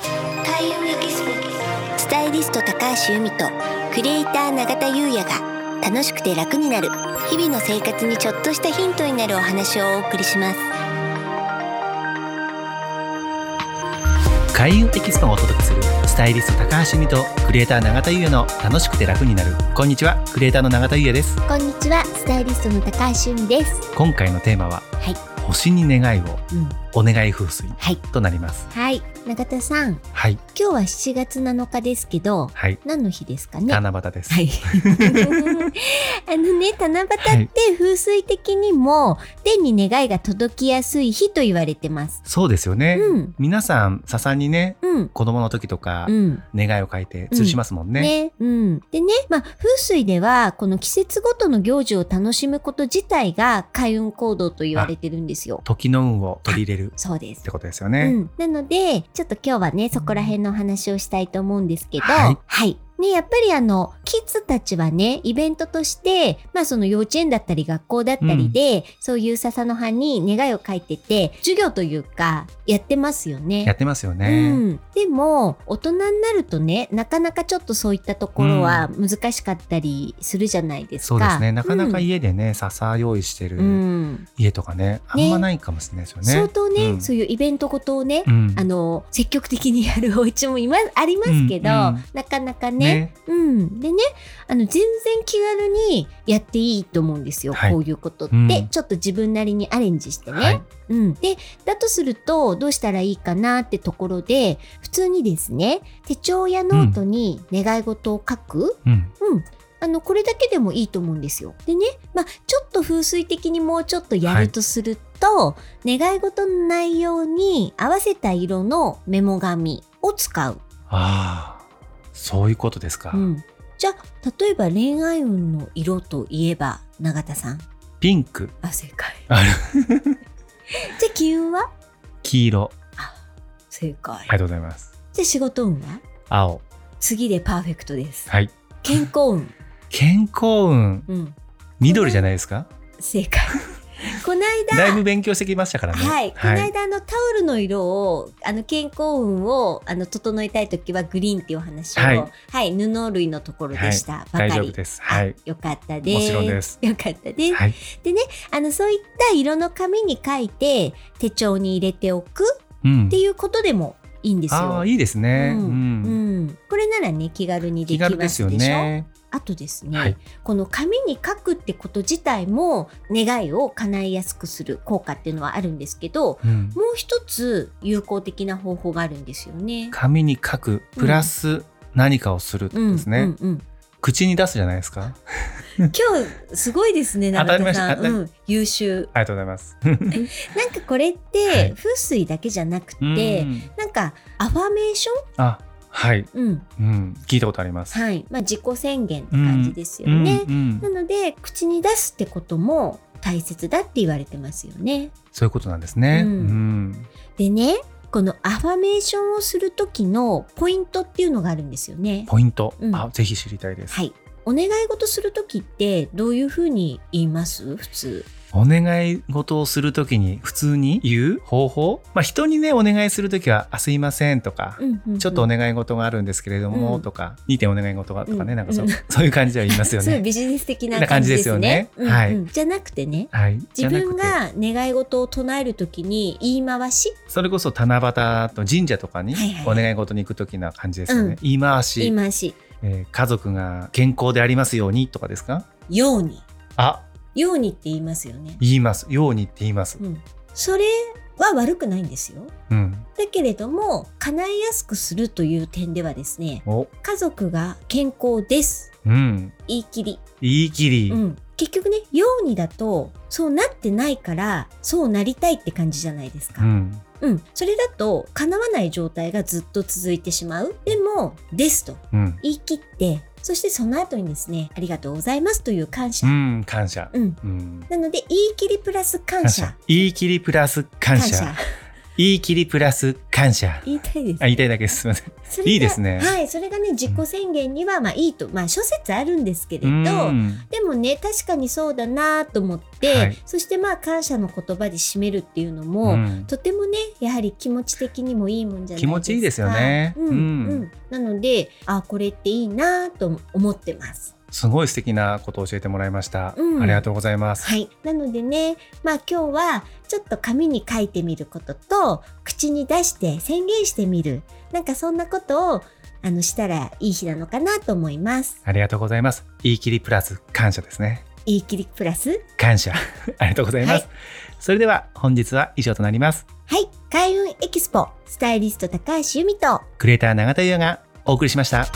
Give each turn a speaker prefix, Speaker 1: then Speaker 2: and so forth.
Speaker 1: 田優也ギススタイリスト高橋由美とクリエイター永田優也が楽しくて楽になる日々の生活にちょっとしたヒントになるお話をお送りします
Speaker 2: 開運エキスポをお届けするスタイリスト高橋由美とクリエイター永田優也の楽しくて楽になるこんにちはクリエイターの永田優也です
Speaker 1: こんにちはスタイリストの高橋由美です
Speaker 2: 今回のテーマは、
Speaker 1: はい
Speaker 2: 星に願いを
Speaker 1: うん
Speaker 2: お願い風水
Speaker 1: はい
Speaker 2: となります
Speaker 1: はい永田さん
Speaker 2: はい
Speaker 1: 今日は7月7日ですけど
Speaker 2: はい
Speaker 1: 何の日ですかね
Speaker 2: 七夕です、
Speaker 1: はい。 あのね、七夕って風水的にも、天に願いが届きやすい日と言われてます。
Speaker 2: そうですよね、
Speaker 1: うん。
Speaker 2: 皆さん笹にね
Speaker 1: うん。
Speaker 2: 子供の時とか
Speaker 1: うん。
Speaker 2: 願いを書いて吊るしますもんね、
Speaker 1: ねうん。でね、まあ、風水では、この季節ごとの行事を楽しむこと自体が開運行動と言われてるんですよ。
Speaker 2: 時の運を取り入れる
Speaker 1: そうです
Speaker 2: っ。てことですよ
Speaker 1: う
Speaker 2: ね、
Speaker 1: ん。なので、ちょっと今日はね、そこら辺のお話をしたいと思うんですけど、
Speaker 2: は
Speaker 1: はいい。ね、やっぱりあの、キッズたちはね、イベントとして、まあその幼稚園だったり学校だったりで、そういう笹の葉に願いを書いてて、授業というか、やってますよね。
Speaker 2: やってますよ
Speaker 1: う
Speaker 2: ね、
Speaker 1: ん、でも大人になるとねなかなかちょっとそういったところは難しかったりするじゃないですか。
Speaker 2: そうですねなかなか
Speaker 1: い
Speaker 2: 家でね、笹用意して
Speaker 1: う
Speaker 2: る
Speaker 1: ん
Speaker 2: 家とかねあんまないかもしれないですよね
Speaker 1: 相当ね、
Speaker 2: うん
Speaker 1: そういうイベントごとをね、
Speaker 2: うん
Speaker 1: あの積極的にやるお家もいまありますけど、
Speaker 2: うんうん
Speaker 1: なかなかねうん、でねあの全然気軽にやっていいと思うんですよ、
Speaker 2: はい
Speaker 1: こういうことって、
Speaker 2: うん
Speaker 1: ちょっと自分なりにアレンジしてね。
Speaker 2: はい
Speaker 1: うん、でだとするとどうしたらいいかなってところで普通にですね手帳やノートに願い事を書く、
Speaker 2: うん、
Speaker 1: うんあのこれだけでもいいと思うんですよ。でね、まあ、ちょっと風水的にもうちょっとやるとすると、願い事の内容に合わせた色のメモ紙を使う。
Speaker 2: ああ、そういうことですか。
Speaker 1: うん、じゃあ例えば恋愛運の色といえば永田さん
Speaker 2: ピンク、
Speaker 1: あ正解
Speaker 2: あ
Speaker 1: じゃあ金運は
Speaker 2: 黄色、
Speaker 1: 正解
Speaker 2: ありがとうございます。
Speaker 1: じゃあ仕事運は
Speaker 2: 青、
Speaker 1: 次でパーフェクトです
Speaker 2: はい。
Speaker 1: 健康
Speaker 2: 健康運、
Speaker 1: 運うん
Speaker 2: 緑じゃないですか。
Speaker 1: 正 解この
Speaker 2: だい
Speaker 1: 間
Speaker 2: ぶ勉強してきましたからね。
Speaker 1: はい、この間あのタオルの色をあの健康運をあの整えたい時はグリーンっていうお話を、
Speaker 2: は
Speaker 1: はいい布類のところでした、ば
Speaker 2: 大
Speaker 1: か
Speaker 2: 丈
Speaker 1: り
Speaker 2: 夫です。はい。
Speaker 1: よかったです
Speaker 2: もちろんです
Speaker 1: よかったです、
Speaker 2: はい。
Speaker 1: あのそういった色の紙に書いて手帳に入れておく
Speaker 2: うん
Speaker 1: って。いうことでもいいんです
Speaker 2: あ
Speaker 1: よ。
Speaker 2: あ、いいですね。う。
Speaker 1: うんうん、これならね気軽にで
Speaker 2: 気
Speaker 1: きます
Speaker 2: 軽
Speaker 1: で
Speaker 2: で
Speaker 1: し
Speaker 2: す
Speaker 1: ょ
Speaker 2: よね。
Speaker 1: あとですね、
Speaker 2: はい
Speaker 1: この紙に書くってこと自体も願いを叶えやすくする効果っていうのはあるんですけど
Speaker 2: うん。
Speaker 1: もう一つ有効的な方法があるんですよね。
Speaker 2: 紙に書くプラス何かをする
Speaker 1: うん
Speaker 2: ですね。
Speaker 1: うんうん、
Speaker 2: 口に出すじゃないですか。
Speaker 1: 今日すごいですね
Speaker 2: 当た
Speaker 1: 永
Speaker 2: り前
Speaker 1: 田さん、
Speaker 2: 当たり
Speaker 1: うん、優秀
Speaker 2: ありがとうございます。
Speaker 1: なんかこれっ
Speaker 2: はい
Speaker 1: て風水だけじゃなくて、
Speaker 2: うん
Speaker 1: なんかアファメーシ
Speaker 2: あ、はい。
Speaker 1: ョン、うん
Speaker 2: うん。聞いたことあります。
Speaker 1: はいまあ、自己宣言って感じですよね。
Speaker 2: うんうん
Speaker 1: なので口に出すってことも大切だって言われてますよね。
Speaker 2: そういうことなんですね。う
Speaker 1: うん
Speaker 2: ん。
Speaker 1: でねこのアファメーションをする時のポイントっていうのがあるんですよね。
Speaker 2: ポイント、
Speaker 1: うん
Speaker 2: あぜひ知りたいです、
Speaker 1: はいお願い事する時ってどういうふうに言います普通。
Speaker 2: お願い事をするときに普通に言う方法まあ人にねお願いするときは「あすいません」とか、
Speaker 1: うんうんうん
Speaker 2: ちょっとお願い事があるんですけれども」
Speaker 1: うん
Speaker 2: とか「2点お願い事が」とか
Speaker 1: う
Speaker 2: ね、
Speaker 1: ん
Speaker 2: なんかそう,、
Speaker 1: うん
Speaker 2: そういう感じでは言います よ
Speaker 1: そういう
Speaker 2: ね。
Speaker 1: ビジネス的
Speaker 2: な
Speaker 1: な
Speaker 2: 感
Speaker 1: 感
Speaker 2: じ
Speaker 1: じ
Speaker 2: で
Speaker 1: ですす
Speaker 2: よ
Speaker 1: よ
Speaker 2: ね
Speaker 1: ね。
Speaker 2: はい
Speaker 1: うんうんじゃなくてね
Speaker 2: はい、じ
Speaker 1: 自
Speaker 2: ゃな
Speaker 1: 分
Speaker 2: くて
Speaker 1: が願い事を唱える時に言い回し
Speaker 2: それこそ七夕と神社とかに
Speaker 1: はいはい
Speaker 2: お願い事に行くときな感じですよね、
Speaker 1: うん
Speaker 2: 言い回し
Speaker 1: 言い回し
Speaker 2: えー家族が健康でありますように」とかですか
Speaker 1: 「ように」
Speaker 2: あ
Speaker 1: 「ように」って言いますよね。
Speaker 2: 言います「ように」って言います。
Speaker 1: うん、それは悪くないんですよ。
Speaker 2: うん、
Speaker 1: だけれども叶えやすくするという点ではですね
Speaker 2: お
Speaker 1: 家族が健康です
Speaker 2: うん
Speaker 1: 言い切り、
Speaker 2: 言い切り、
Speaker 1: うん、結局ね「ように」だとそうなってないからそうなりたいって感じじゃないです
Speaker 2: う
Speaker 1: か、
Speaker 2: ん
Speaker 1: うんそれだと叶わない状態がずっと続いてしまうでも「です」と
Speaker 2: うん
Speaker 1: 言い切ってそしてその後にですね「ありがとうございます」という感謝、
Speaker 2: うん、感謝。
Speaker 1: うん
Speaker 2: うん、
Speaker 1: なので言い切りプラス感謝
Speaker 2: 言い切りプラス感謝。言い切りプラス感謝。
Speaker 1: 言いたいです
Speaker 2: あ、言いたいだけです。すみません。
Speaker 1: それが
Speaker 2: いいですね
Speaker 1: はい、それがね、実行宣言には、まあいいと、まあ諸説あるんですけれど、
Speaker 2: うん
Speaker 1: でもね、確かにそうだなと思って、
Speaker 2: はい
Speaker 1: そしてまあ感謝の言葉で締めるっていうのも、
Speaker 2: うん
Speaker 1: とてもね、やはり気持ち的にもいいもんじゃないですか。
Speaker 2: 気持ちいいですよね
Speaker 1: うん、う
Speaker 2: うん
Speaker 1: ん、なので、あ、これっていいなと思ってます。
Speaker 2: すごい素敵なことを教えてもらいました。
Speaker 1: うん
Speaker 2: ありがとうございます。
Speaker 1: はい。なのでね、まあ今日はちょっと紙に書いてみることと、口に出して宣言してみる。なんかそんなことを、あの、したらいい日なのかなと思います。
Speaker 2: ありがとうございます。言い切りプラス感謝ですね。
Speaker 1: 言い切りプラス。
Speaker 2: 感謝。ありがとうございます。それでは本日は以上となります。
Speaker 1: はい。開運エキスポ、スタイリスト高橋由美と、
Speaker 2: クリエイター永田優也がお送りしました。